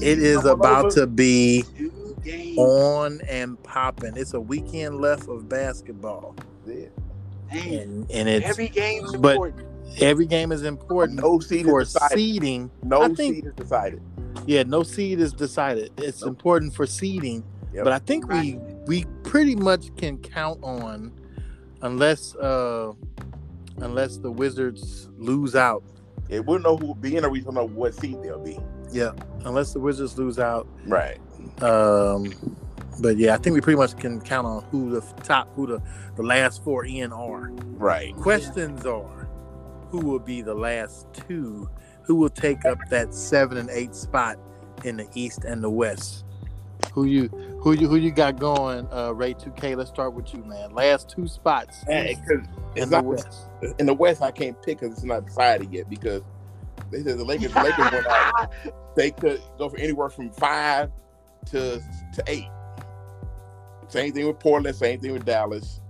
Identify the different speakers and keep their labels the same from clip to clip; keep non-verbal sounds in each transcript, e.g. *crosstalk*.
Speaker 1: It is
Speaker 2: Come on
Speaker 1: about
Speaker 2: over.
Speaker 1: to be
Speaker 2: You game
Speaker 1: on and popping. It's a weekend left of basketball,
Speaker 2: there.
Speaker 1: and and it's every,
Speaker 2: Every
Speaker 1: *laughs*
Speaker 2: game's
Speaker 1: but-
Speaker 2: important.
Speaker 1: game is important
Speaker 2: No Mm, seed
Speaker 1: for
Speaker 2: is decided.
Speaker 1: seeding. I
Speaker 2: No
Speaker 1: think-
Speaker 2: seed is decided.
Speaker 1: Yeah, no seed is decided. It's
Speaker 2: Nope.
Speaker 1: important for seeding,
Speaker 2: Yep.
Speaker 1: but I think we we pretty much can count on, unless uh unless the Wizards lose out.
Speaker 2: Yeah, we'll know who will be in, or we don't know what seed they'll be.
Speaker 1: Unless the Wizards lose out,
Speaker 2: Right.
Speaker 1: um, but yeah, I think we pretty much can count on who the top, who the the last four in are.
Speaker 2: Right.
Speaker 1: Questions are who will be the last two? Who will take up that seven and eight spot in the East and the West? Who you who you who you got going, uh Ray 2K? Let's start with you, man. Last two spots
Speaker 2: Hey,
Speaker 1: East
Speaker 2: 'cause it's
Speaker 1: and the
Speaker 2: not-
Speaker 1: West.
Speaker 2: in the West, I can't pick because it's not decided yet because they said the Lakers, the Lakers went *laughs* out. They could go for anywhere from five to to eight. Same thing with Portland. Same thing with Dallas.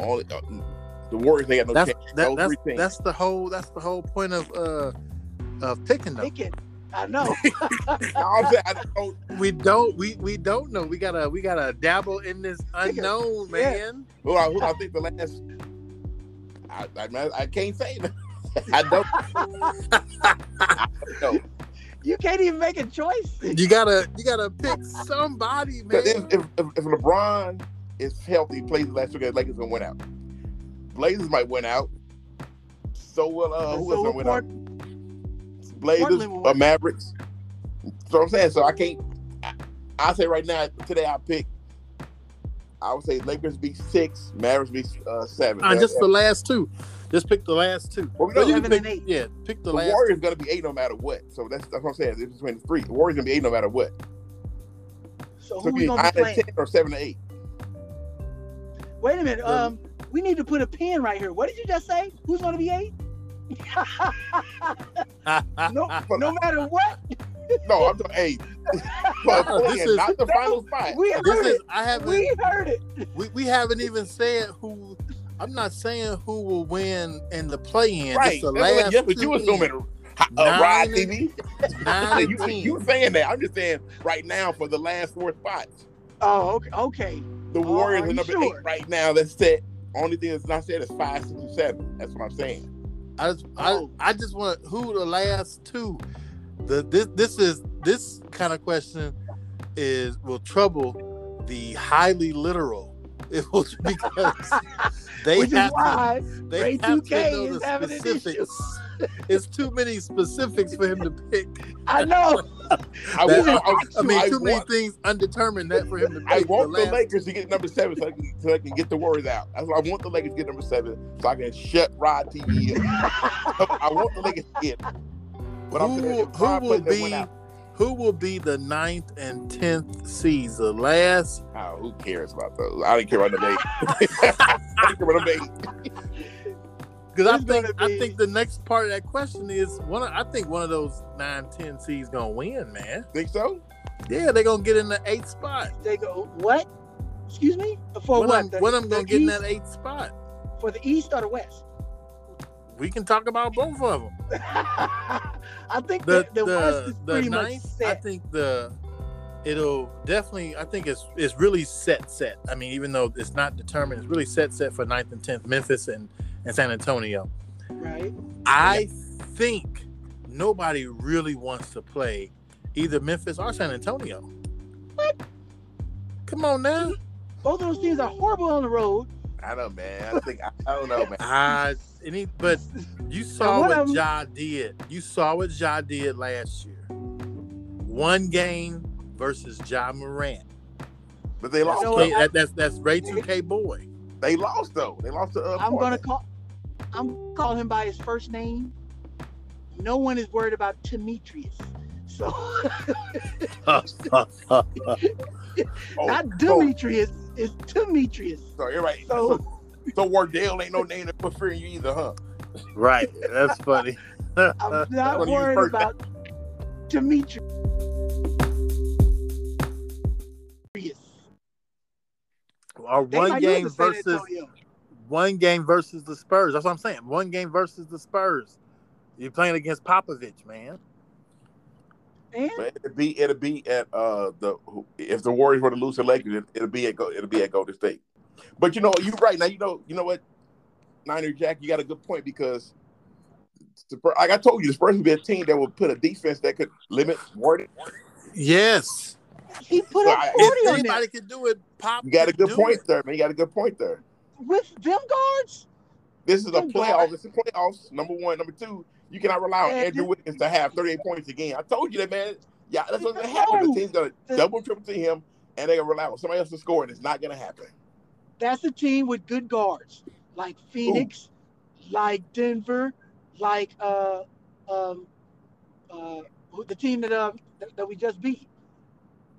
Speaker 2: All uh, the Warriors, they had no
Speaker 1: That's
Speaker 2: chance. *laughs*
Speaker 1: that,
Speaker 2: Those
Speaker 1: that's
Speaker 2: three teams.
Speaker 1: that's the whole that's the whole point of uh of picking
Speaker 3: *laughs*
Speaker 1: them.
Speaker 2: Pick it. I know. I'm saying, I don't,
Speaker 1: We don't we we don't know. We gotta we gotta dabble in this unknown,
Speaker 2: *laughs* Yeah.
Speaker 1: man.
Speaker 2: who, I, who I think the last. I, I, mean, I can't say. *laughs* that. I don't. I don't know.
Speaker 3: You can't even make a
Speaker 1: *laughs*
Speaker 3: choice.
Speaker 1: You gotta you gotta
Speaker 2: *laughs*
Speaker 1: pick somebody, man.
Speaker 2: Because if, if, if if LeBron is healthy, plays the last two games, Lakers gonna win out. Blazers might win out. So will uh, who
Speaker 3: So
Speaker 2: else gonna
Speaker 3: will
Speaker 2: win
Speaker 3: Port-
Speaker 2: out? Blazers,
Speaker 3: Portland will
Speaker 2: uh,
Speaker 3: win.
Speaker 2: Mavericks. So I'm saying, so I can't. I, I say right now, today I pick. I would say Lakers be six, Mavericks be uh, seven.
Speaker 1: Uh,
Speaker 2: Yeah,
Speaker 1: just
Speaker 2: yeah. *laughs*
Speaker 1: the last two. Just pick the last two.
Speaker 2: Well, we
Speaker 1: Well,
Speaker 2: know
Speaker 1: you
Speaker 2: the
Speaker 1: can
Speaker 3: Seven
Speaker 1: pick-
Speaker 3: and eight.
Speaker 1: Yeah, pick the, last.
Speaker 2: Warriors gonna be eight no matter what. So that's that's what I'm saying. It's between the three. The Warriors gonna be eight no matter what.
Speaker 3: So
Speaker 2: So
Speaker 3: who
Speaker 2: it'd
Speaker 3: we
Speaker 2: be
Speaker 3: gonna be
Speaker 2: nine and
Speaker 3: playing?
Speaker 2: ten or seven to eight.
Speaker 3: Wait a minute.
Speaker 1: Um,
Speaker 3: Um, we need to put a pin right here. What did you just say? Who's gonna be eight? *laughs*
Speaker 1: *laughs*
Speaker 3: no, no matter what,
Speaker 2: No, I'm talking eight. But
Speaker 1: Wow, *laughs* this
Speaker 2: playing,
Speaker 1: is-
Speaker 2: not the final spot.
Speaker 3: we heard
Speaker 1: this is
Speaker 3: it.
Speaker 1: I haven't
Speaker 3: We heard it.
Speaker 1: we, we haven't even said who I'm not saying who will win in the play in.
Speaker 2: Right.
Speaker 1: Just the
Speaker 2: That's what-
Speaker 1: last
Speaker 2: yes, but
Speaker 1: two
Speaker 2: you
Speaker 1: in.
Speaker 2: assuming a,
Speaker 1: Nine
Speaker 2: a ride
Speaker 1: and-
Speaker 2: TV.
Speaker 1: nine and
Speaker 2: *laughs* you,
Speaker 1: ten.
Speaker 2: you saying that. I'm just saying right now for the last four spots,
Speaker 3: Oh, okay. Okay.
Speaker 1: Oh,
Speaker 2: the Warriors
Speaker 3: are
Speaker 2: are
Speaker 3: you
Speaker 2: number
Speaker 3: sure?
Speaker 2: eight right now. That's set. Only thing that's not set is five, six, and seven. That's what I'm saying.
Speaker 1: I just I,
Speaker 3: Oh.
Speaker 1: I just want who the last two. The this this is this kind of question is will trouble the highly literal. It will *laughs* because they
Speaker 3: Which is
Speaker 1: have to
Speaker 3: why
Speaker 1: They
Speaker 3: Ray
Speaker 1: have
Speaker 3: 2K
Speaker 1: to know
Speaker 3: is
Speaker 1: the
Speaker 3: having an issue.
Speaker 1: specifics. *laughs* It's too many specifics for him to pick.
Speaker 3: I
Speaker 1: *laughs*
Speaker 3: know.
Speaker 2: I,
Speaker 1: That-
Speaker 2: want, I,
Speaker 1: I mean,
Speaker 2: I
Speaker 1: too many
Speaker 2: want,
Speaker 1: things undetermined that for him to pick.
Speaker 2: I want
Speaker 1: the
Speaker 2: the
Speaker 1: last-
Speaker 2: Lakers to get number seven so I can, so I can get the Warriors out. That's what I want the Lakers to get number seven so I can shut Rod TV. in.
Speaker 1: *laughs*
Speaker 2: I want the Lakers to get. But I'm
Speaker 1: who,
Speaker 2: saying
Speaker 1: will-
Speaker 2: if
Speaker 1: who
Speaker 2: Rob
Speaker 1: will
Speaker 2: put that one
Speaker 1: be
Speaker 2: out-
Speaker 1: who will be the ninth and tenth seeds? The last
Speaker 2: Oh, who cares about those? I don't care about the eight. *laughs* I don't care about the eight.
Speaker 1: because I
Speaker 3: It's
Speaker 1: think
Speaker 3: gonna
Speaker 1: I
Speaker 3: be-
Speaker 1: think the next part of that question is one. Of, I think one of those nine ten seeds gonna win, man.
Speaker 2: Think so?
Speaker 1: Yeah, they're gonna get in the eighth spot.
Speaker 3: They go what? Excuse me. For
Speaker 1: One
Speaker 3: what?
Speaker 1: of
Speaker 3: The-
Speaker 1: them, one of them
Speaker 3: the
Speaker 1: gonna get in
Speaker 3: East-
Speaker 1: that eighth spot.
Speaker 3: For the East or the West? *laughs*
Speaker 1: We can talk about both of them.
Speaker 3: I think
Speaker 1: the
Speaker 3: the,
Speaker 1: the,
Speaker 3: the, West is
Speaker 1: the
Speaker 3: pretty much
Speaker 1: ninth, I
Speaker 3: set.
Speaker 1: think the it'll definitely. I think it's it's really set set. I mean, even though it's not determined, it's really set set for ninth and tenth, Memphis and and San Antonio.
Speaker 3: Right.
Speaker 1: I think nobody really wants to play either Memphis or San Antonio. What? Come on now.
Speaker 3: Mm-hmm. Both of those teams are horrible on the road.
Speaker 2: I don't know, man. I think I, I don't know, man.
Speaker 1: I any but you saw
Speaker 3: Now, one
Speaker 1: what
Speaker 3: of 'em-
Speaker 1: Ja did. You saw what Ja did last year. One game versus Ja Morant.
Speaker 2: But they lost.
Speaker 3: You know
Speaker 1: Hey,
Speaker 2: though.
Speaker 1: that-
Speaker 3: what?
Speaker 1: that's that's Ray 2K boy.
Speaker 2: They lost though. They lost to. Uh,
Speaker 3: I'm gonna
Speaker 2: Portland.
Speaker 3: call. I'm calling him by his first name. No one is worried about Demetrius. So *laughs*
Speaker 2: Oh,
Speaker 3: not
Speaker 2: so,
Speaker 3: Demetrius, it's Demetrius.
Speaker 2: so everybody. So,
Speaker 1: *laughs*
Speaker 3: So
Speaker 2: so Wardell ain't no name to put fear in you either, huh?
Speaker 1: *laughs* right. That's funny.
Speaker 3: I'm
Speaker 2: Well,
Speaker 3: not
Speaker 2: you
Speaker 3: worried
Speaker 2: first-
Speaker 3: about Demetrius.
Speaker 1: Or
Speaker 3: They
Speaker 1: one
Speaker 3: might lose
Speaker 1: game
Speaker 3: to San
Speaker 1: versus
Speaker 3: Antonio.
Speaker 1: one game versus the Spurs. That's what I'm saying. One game versus the Spurs. You're playing against Popovich, man.
Speaker 3: And
Speaker 2: But it'll be it'll be at uh the if the Warriors were to lose election, it, it'll be at Go- it'll be at Golden State. But you know you're right now. You know you know what, Niner Jack, you got a good point because the, Spurs- like I told you, the Spurs would be a team that would put a defense that could limit Warden.
Speaker 1: Yes.
Speaker 3: he put up
Speaker 2: Right.
Speaker 3: 40
Speaker 1: If
Speaker 3: on them.
Speaker 1: anybody can do it, Pop.
Speaker 2: You got a
Speaker 1: can
Speaker 2: good
Speaker 1: do
Speaker 2: point
Speaker 1: it.
Speaker 2: there, man. You got a good point there.
Speaker 3: With them guards,
Speaker 2: This is a
Speaker 3: Good
Speaker 2: playoff. It's a playoffs. Number one, number two. You cannot rely on
Speaker 3: Yeah,
Speaker 2: Andrew
Speaker 3: this-
Speaker 2: Wiggins to have 38 points a game. I told you that, man. Yeah, that's what's gonna
Speaker 3: No.
Speaker 2: happen. The team's gonna
Speaker 3: The-
Speaker 2: double triple to him, and they're gonna rely on somebody else to score, and it's not gonna happen.
Speaker 3: that's a team with good guards, like Phoenix, like Denver, like uh um uh who- the team that um that, that we just beat.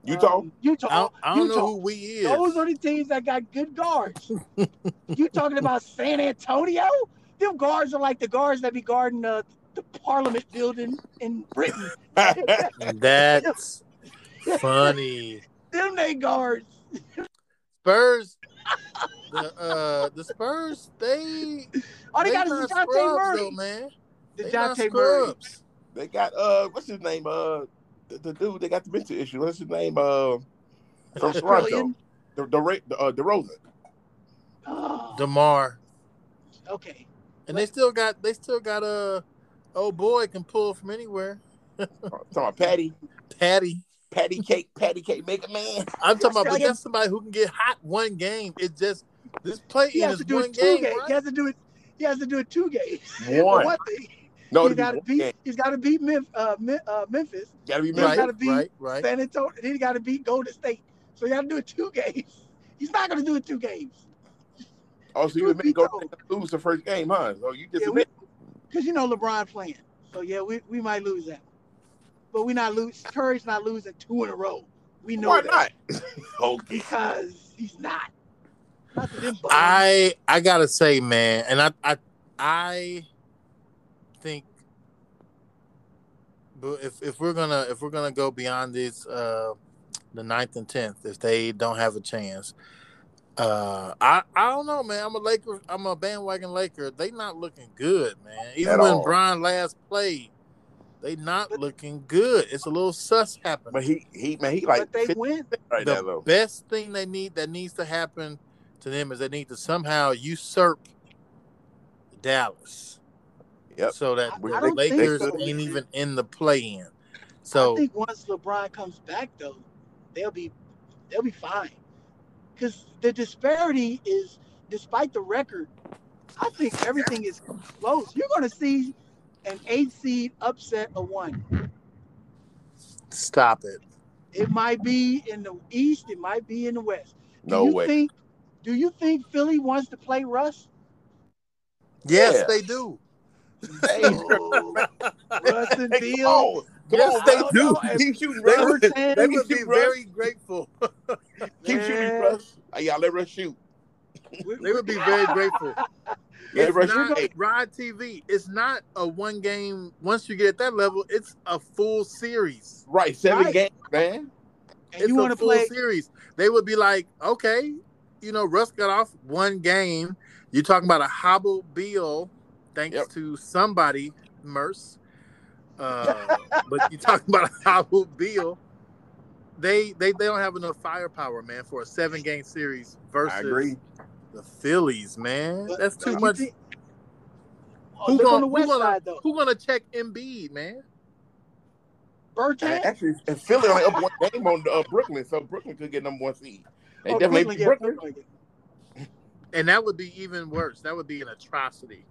Speaker 2: Utah.
Speaker 3: Um, Utah.
Speaker 1: I don't, I don't
Speaker 3: Utah.
Speaker 1: know who we is.
Speaker 3: Those are the teams that got
Speaker 1: *laughs*
Speaker 3: good guards. you talking about San Antonio? Them guards are like the guards that be guarding uh, the Parliament building in Britain.
Speaker 1: *laughs* That's funny.
Speaker 3: Them they guards.
Speaker 1: Spurs. The uh the Spurs, they
Speaker 3: All they,
Speaker 1: they
Speaker 3: got is
Speaker 1: not
Speaker 3: DeJounte
Speaker 1: scrubs, though,
Speaker 3: Murray.
Speaker 1: man. They not
Speaker 3: DeJounte Murray.
Speaker 1: scrubs.
Speaker 2: *laughs* They got uh, what's his name? Uh, the, the dude they got the mental issue. What's his name? Uh,
Speaker 3: *laughs*
Speaker 2: from Toronto,
Speaker 3: Brilliant.
Speaker 2: the the Ra- the, uh,
Speaker 3: *laughs*
Speaker 2: DeRozan.
Speaker 3: Oh,
Speaker 1: Demar,
Speaker 3: okay.
Speaker 1: and they still got they still got a oh boy can pull from anywhere.
Speaker 2: I'm Uh, talking about Patty,
Speaker 1: Patty,
Speaker 2: Patty Cake, Patty Cake, make a man.
Speaker 1: I'm talking about, but
Speaker 3: Australian-
Speaker 1: that's somebody who can get hot one game. It's just this play
Speaker 3: He
Speaker 1: in is
Speaker 3: has to do
Speaker 1: one
Speaker 3: it two
Speaker 1: game.
Speaker 3: games. He
Speaker 1: right?
Speaker 3: has to do it. He has to do it two games.
Speaker 2: One.
Speaker 3: One thing,
Speaker 2: No,
Speaker 3: he's
Speaker 2: it'd be
Speaker 3: got to
Speaker 2: one
Speaker 3: beat.
Speaker 2: game.
Speaker 3: He's got to beat Mem- uh, Mem- uh, Memphis,
Speaker 2: Gotta be
Speaker 3: Right.
Speaker 2: right.
Speaker 3: gotta be-
Speaker 1: right, right.
Speaker 3: San Antonio. and He's got to beat Golden State. So he got to do it two games. *laughs* He's not going to do it two games.
Speaker 2: Also, oh, you
Speaker 3: Truth be
Speaker 2: admit go
Speaker 3: told.
Speaker 2: lose the first game, huh? So you just
Speaker 3: Yeah,
Speaker 2: admit.
Speaker 3: because you know LeBron playing. So yeah, we, we might lose that, but we not lose. Curry's not losing two in a row. We know
Speaker 2: Why
Speaker 3: that
Speaker 2: not? *laughs* okay.
Speaker 3: because he's not. Not to them, I,
Speaker 1: I I gotta say, man, and I I I think but if if we're gonna if we're gonna go beyond this uh the ninth and tenth, if they don't have a chance. Uh, I I don't know, man. I'm a Laker. I'm a bandwagon Laker. They not looking good, man. Even
Speaker 2: At
Speaker 1: when
Speaker 2: all.
Speaker 1: Brian last played, they not looking good. It's a little sus happening
Speaker 2: But he, he, man, he like
Speaker 3: but they
Speaker 2: 50
Speaker 3: win.
Speaker 2: right
Speaker 1: the
Speaker 2: now though.
Speaker 1: best thing they need that needs to happen to them is they need to somehow usurp Dallas.
Speaker 2: Yep.
Speaker 1: So that
Speaker 3: I-
Speaker 1: the
Speaker 2: I don't think
Speaker 1: Lakers
Speaker 2: so.
Speaker 1: ain't even in the play in.
Speaker 3: I
Speaker 1: So
Speaker 3: think once LeBron comes back, though, they'll be they'll be fine. Because the disparity is, despite the record, I think everything is close. You're going to see an eight seed upset a one.
Speaker 1: stop it.
Speaker 3: It might be in the East. It might be in the West. Do
Speaker 2: No
Speaker 3: you
Speaker 2: way.
Speaker 3: Think, do you think Philly wants to
Speaker 1: *laughs*
Speaker 3: play Russ?
Speaker 1: Yes,
Speaker 2: Yeah.
Speaker 1: they do.
Speaker 2: *laughs* Hey,
Speaker 3: Oh, Russ and
Speaker 2: hey, come
Speaker 3: Beal.
Speaker 2: on, come
Speaker 1: Yes,
Speaker 2: on,
Speaker 1: they
Speaker 2: Russ.
Speaker 1: do.
Speaker 2: Keep shooting,
Speaker 1: They
Speaker 2: Russ.
Speaker 1: would,
Speaker 3: Robertson,
Speaker 1: they would be
Speaker 2: keep Russ.
Speaker 1: very grateful. *laughs*
Speaker 2: Keep shooting,
Speaker 3: Man.
Speaker 2: Russ. Hey, y'all let Russ shoot.
Speaker 3: We-
Speaker 1: They would be very
Speaker 2: *laughs*
Speaker 1: grateful.
Speaker 2: Let
Speaker 1: It's
Speaker 2: Russ
Speaker 1: not
Speaker 2: shoot.
Speaker 1: Rod TV. It's not a one game. Once you get at that level, it's a full series.
Speaker 2: Right, seven
Speaker 3: Right.
Speaker 2: games, man.
Speaker 3: and
Speaker 1: it's
Speaker 3: you want
Speaker 1: a
Speaker 3: to
Speaker 1: full
Speaker 3: play?
Speaker 1: series. They would be like, okay, you know, Russ got off one game. You're talking about a hobble bill, thanks
Speaker 2: Yep.
Speaker 1: to somebody, Merce. Uh,
Speaker 2: *laughs*
Speaker 1: but you're talking about a hobble bill. They, they they don't have enough firepower, man, for a seven game series versus
Speaker 2: I agree.
Speaker 1: the Phillies, man.
Speaker 3: But-
Speaker 1: That's
Speaker 3: but
Speaker 1: too
Speaker 3: you
Speaker 1: much.
Speaker 3: think- Oh,
Speaker 1: Who
Speaker 3: look on
Speaker 1: gonna,
Speaker 3: the
Speaker 1: who,
Speaker 3: West
Speaker 1: gonna,
Speaker 3: side though?
Speaker 1: who gonna check Embiid, man?
Speaker 3: Bertan?
Speaker 2: And actually, and Philly only up one game on uh, Brooklyn, so Brooklyn could get number one seed. They
Speaker 3: Oh,
Speaker 2: definitely
Speaker 3: Cleveland,
Speaker 2: beat
Speaker 3: yeah,
Speaker 2: Brooklyn.
Speaker 3: Brooklyn.
Speaker 1: And that would be even worse. That would be an atrocity.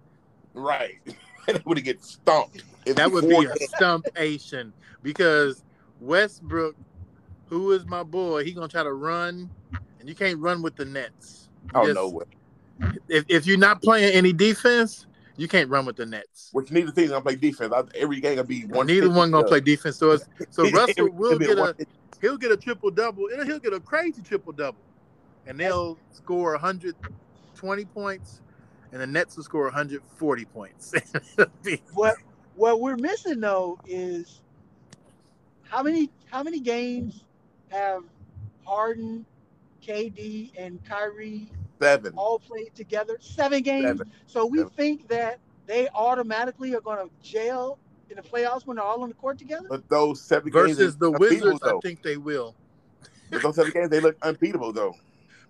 Speaker 2: Right. *laughs* they would get stomped. It'd
Speaker 1: That would
Speaker 2: four
Speaker 1: be a
Speaker 2: games.
Speaker 1: stumpation because Westbrook, who is my boy, he gonna try to run, and you can't run with the Nets. You
Speaker 2: Oh
Speaker 1: just-
Speaker 2: no way.
Speaker 1: If, if you're not playing any defense, you can't run with the Nets.
Speaker 2: Which neither team's gonna play defense. I, every game gonna be one.
Speaker 1: Neither one gonna
Speaker 2: yeah.
Speaker 1: play defense. So
Speaker 2: *laughs*
Speaker 1: it's, so Russell
Speaker 2: Every-
Speaker 1: will
Speaker 2: it'll be
Speaker 1: get
Speaker 2: *laughs*
Speaker 1: a
Speaker 2: 150.
Speaker 1: he'll get a triple double. and He'll get a crazy triple double, and they'll score 120 points, and the Nets will score 140 points. *laughs* It'll be-
Speaker 3: What what we're missing though is how many how many games have Harden, KD, and Kyrie
Speaker 2: seven.
Speaker 3: all played together? Seven games.
Speaker 2: Seven.
Speaker 3: So we
Speaker 2: Seven.
Speaker 3: think that they automatically are going to jail in the playoffs when they're all on the court together?
Speaker 2: But those seven games
Speaker 1: Versus
Speaker 2: is
Speaker 1: the
Speaker 2: unbeatable,
Speaker 1: Wizards, I
Speaker 2: though.
Speaker 1: think they will.
Speaker 2: But those seven games, they look unbeatable though.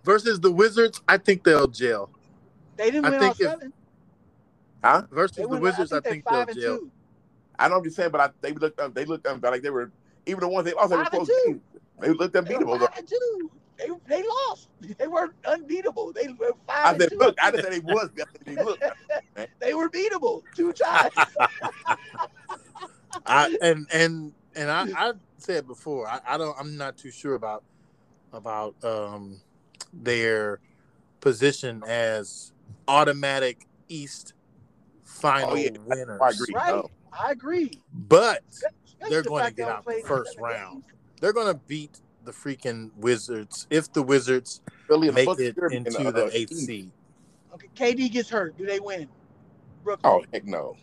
Speaker 1: Versus the Wizards, I think they'll gel.
Speaker 3: They didn't
Speaker 1: I
Speaker 3: win all
Speaker 1: think if-
Speaker 3: seven.
Speaker 1: Versus
Speaker 3: They
Speaker 1: the
Speaker 3: went,
Speaker 1: Wizards, I
Speaker 3: they're
Speaker 1: think,
Speaker 3: five
Speaker 1: they'll
Speaker 3: and
Speaker 1: gel.
Speaker 3: two.
Speaker 2: I don't be saying, but I, they looked um, they looked um, like they were even the ones they lost they were
Speaker 3: Five and
Speaker 2: close
Speaker 3: two.
Speaker 2: games. They looked
Speaker 3: They were
Speaker 2: unbeatable. Though.
Speaker 3: five and two. They they lost. *laughs* They were unbeatable. They were five
Speaker 2: I
Speaker 3: and
Speaker 2: said,
Speaker 3: two.
Speaker 2: look, I didn't say they was. I said they look.
Speaker 1: *laughs*
Speaker 3: They were beatable two times.
Speaker 1: *laughs* I and and and I, I said before, I, I don't I'm not too sure about about um their position as automatic East final
Speaker 2: Oh, yeah.
Speaker 1: winners.
Speaker 2: I agree.
Speaker 3: right.
Speaker 2: Oh.
Speaker 3: I agree.
Speaker 1: But
Speaker 3: Especially
Speaker 1: They're
Speaker 3: the
Speaker 1: gonna
Speaker 3: fact
Speaker 1: get
Speaker 3: they
Speaker 1: out the
Speaker 3: played in
Speaker 1: first
Speaker 3: seven
Speaker 1: round.
Speaker 3: games.
Speaker 1: they're gonna beat the freaking Wizards if the Wizards
Speaker 2: Philly and
Speaker 1: make
Speaker 2: Bucks
Speaker 1: it
Speaker 2: are in
Speaker 1: into the
Speaker 2: uh,
Speaker 1: eighth
Speaker 2: East.
Speaker 1: seed.
Speaker 3: Okay, KD gets hurt. Do they win? Brooklyn,
Speaker 2: Oh heck no!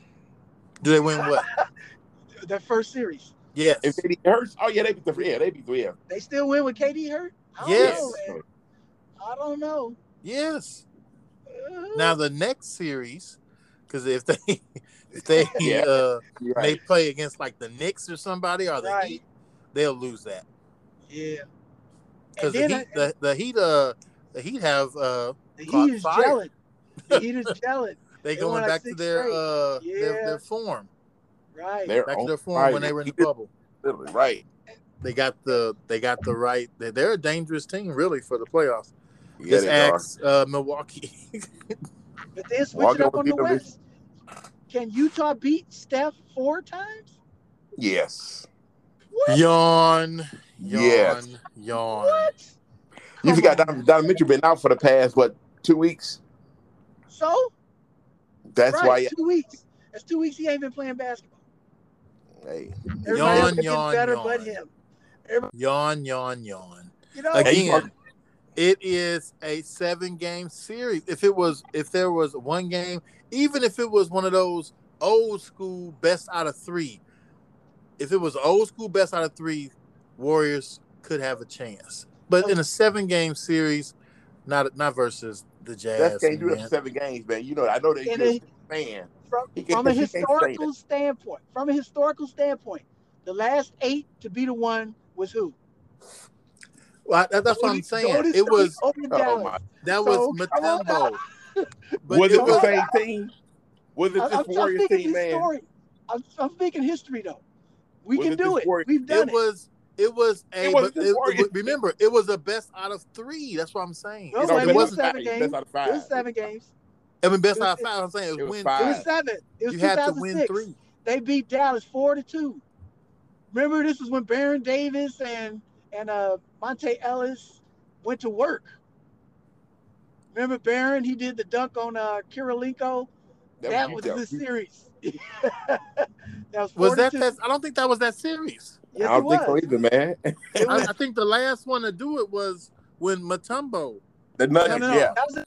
Speaker 1: Do they win what? Oh.
Speaker 3: their first series.
Speaker 1: Yes.
Speaker 2: If it hurts, oh yeah, they beat the yeah, they beat the yeah.
Speaker 3: They still win with KD hurt? I don't
Speaker 1: Yes.
Speaker 3: know, man. I don't know.
Speaker 1: Yes.
Speaker 3: Uh,
Speaker 1: Now the next series, because if they *laughs* if
Speaker 3: *laughs*
Speaker 1: they
Speaker 2: Yeah.
Speaker 1: uh
Speaker 2: You're
Speaker 1: they
Speaker 2: Right.
Speaker 1: play against like the Knicks or somebody or the
Speaker 3: Right.
Speaker 1: Heat, they'll lose that
Speaker 3: yeah.
Speaker 1: because the
Speaker 3: then
Speaker 1: Heat,
Speaker 3: I-
Speaker 1: the, the Heat, uh, the Heat have uh,
Speaker 3: The
Speaker 1: caught
Speaker 3: Heat is
Speaker 1: fire.
Speaker 3: gelling. The
Speaker 1: *laughs*
Speaker 3: Heat is gelling.
Speaker 1: they
Speaker 3: They won,
Speaker 1: going
Speaker 3: like,
Speaker 1: back to
Speaker 3: six
Speaker 1: their
Speaker 3: straight.
Speaker 1: uh their,
Speaker 3: Yeah.
Speaker 1: their form,
Speaker 3: Right.
Speaker 2: They're
Speaker 1: back to
Speaker 2: on
Speaker 1: their form
Speaker 2: fire.
Speaker 1: when they were in
Speaker 2: Heat
Speaker 1: the bubble.
Speaker 2: is literally right.
Speaker 1: They got the they got the right. They're, they're a dangerous team really for the playoffs.
Speaker 2: Yeah,
Speaker 1: Just
Speaker 2: they are.
Speaker 1: ask uh, Milwaukee. *laughs*
Speaker 3: But then switch
Speaker 2: Walk
Speaker 3: it up
Speaker 2: over
Speaker 3: on the
Speaker 2: the other-
Speaker 3: West. Can Utah beat Steph four times?
Speaker 2: Yes.
Speaker 3: What?
Speaker 1: yawn, yawn,
Speaker 2: Yes.
Speaker 1: yawn.
Speaker 3: What?
Speaker 2: You
Speaker 3: Come
Speaker 2: forgot
Speaker 3: on.
Speaker 2: Don, Don Mitchell been out for the past what two weeks?
Speaker 3: So
Speaker 2: That's
Speaker 3: right,
Speaker 2: why.
Speaker 3: two weeks. That's two weeks he ain't been playing basketball.
Speaker 2: Hey,
Speaker 3: Everybody else
Speaker 1: Yawn,
Speaker 3: has been
Speaker 1: yawn,
Speaker 3: better
Speaker 1: yawn.
Speaker 3: but him.
Speaker 1: Yawn, yawn, yawn.
Speaker 3: You know,
Speaker 2: Hey, you
Speaker 1: Again, it is a seven game series. If it was, if there was one game, even if it was one of those old school best out of three, if it was old school best out of three, Warriors could have a chance. But in a seven game series, not not versus the Jazz.
Speaker 2: that can't do it
Speaker 1: man.
Speaker 2: for seven games, man. You know, I know they
Speaker 3: And
Speaker 2: good fan.
Speaker 3: from,
Speaker 2: He can-
Speaker 3: from
Speaker 2: *laughs*
Speaker 3: a
Speaker 2: he can't say
Speaker 3: historical standpoint, from a historical standpoint, the last eight to be the one was who?
Speaker 1: Well, that- that's what I'm
Speaker 3: Golden-
Speaker 1: saying.
Speaker 3: Golden
Speaker 1: It
Speaker 3: State
Speaker 1: was
Speaker 3: over
Speaker 2: Oh
Speaker 3: Dallas.
Speaker 2: my!
Speaker 1: that
Speaker 3: So,
Speaker 1: was
Speaker 3: come on now. *laughs*
Speaker 1: Matumbo. But
Speaker 2: Was
Speaker 1: it
Speaker 2: it the
Speaker 1: was
Speaker 2: same team? Was it
Speaker 3: I'm,
Speaker 2: this
Speaker 3: I'm, I'm
Speaker 2: Warriors
Speaker 3: thinking
Speaker 2: team, man?
Speaker 3: history. I'm, I'm thinking history though. We
Speaker 2: Was
Speaker 3: can
Speaker 2: it
Speaker 3: do
Speaker 2: this
Speaker 3: it.
Speaker 2: Warriors-
Speaker 3: We've done
Speaker 1: it
Speaker 3: it.
Speaker 1: was it was a
Speaker 2: It
Speaker 1: but
Speaker 2: wasn't
Speaker 1: it,
Speaker 2: the Warriors.
Speaker 1: but remember it was a best out of three. That's what I'm saying.
Speaker 3: No,
Speaker 1: It,
Speaker 3: it wasn't.
Speaker 1: it
Speaker 3: It was
Speaker 1: wasn't.
Speaker 3: seven games.
Speaker 2: That's out of
Speaker 3: It was
Speaker 2: five.
Speaker 3: seven games.
Speaker 1: I mean, best
Speaker 3: it was-
Speaker 1: out of five. I'm saying it was
Speaker 2: it was
Speaker 1: win.
Speaker 2: five.
Speaker 3: It was seven. It was
Speaker 1: You had to
Speaker 3: 2006.
Speaker 1: win three.
Speaker 3: They beat Dallas four to two. Remember, this is when Baron Davis and and uh, Monte Ellis went to work. Remember Baron? He did the dunk on uh, Kirilenko. That,
Speaker 2: you
Speaker 3: was
Speaker 2: tell-
Speaker 3: the
Speaker 2: you-
Speaker 3: series. *laughs* that was,
Speaker 1: Was that
Speaker 3: 42.
Speaker 1: that? I don't think that was that series.
Speaker 3: Yes,
Speaker 2: I
Speaker 3: it
Speaker 2: don't think so
Speaker 3: was.
Speaker 2: either, man. *laughs*
Speaker 3: It
Speaker 1: I,
Speaker 3: was
Speaker 1: I think the last one to do it was when Matumbo.
Speaker 2: The
Speaker 3: No,
Speaker 2: Nuggets,
Speaker 3: no, no.
Speaker 2: yeah.
Speaker 3: That was in-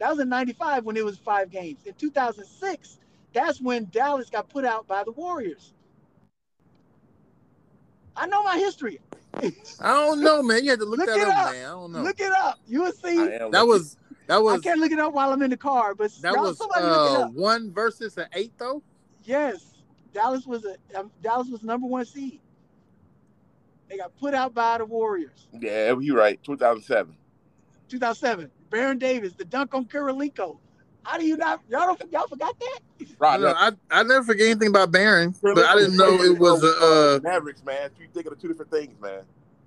Speaker 3: that was in '95 when it was five games. In 2006, that's when Dallas got put out by the Warriors. I know my history.
Speaker 1: I don't know, man. You had to look,
Speaker 3: Look
Speaker 1: that
Speaker 3: it
Speaker 1: up,
Speaker 3: up.
Speaker 1: man. I don't know.
Speaker 3: Look it up. You will see.
Speaker 2: I am
Speaker 1: that
Speaker 2: with
Speaker 1: was that
Speaker 3: I
Speaker 1: was
Speaker 3: can't look it up while I'm in the car, but
Speaker 1: that
Speaker 3: y'all-
Speaker 1: was
Speaker 3: somebody look it
Speaker 1: uh,
Speaker 3: up.
Speaker 1: one versus an eight though.
Speaker 3: Yes, Dallas was a um, Dallas was number one seed. They got put out by the Warriors.
Speaker 2: you. Yeah, you're right. 2007.
Speaker 3: 2007. Baron Davis, the dunk on Kirilenko. How do you not? Y'all don't, y'all forgot that?
Speaker 2: Right.
Speaker 1: No,
Speaker 2: now,
Speaker 1: I I never forget anything about Barron, but I didn't know
Speaker 2: Kirilenko
Speaker 1: it was uh,
Speaker 2: Mavericks, man. You think of the two different things, man.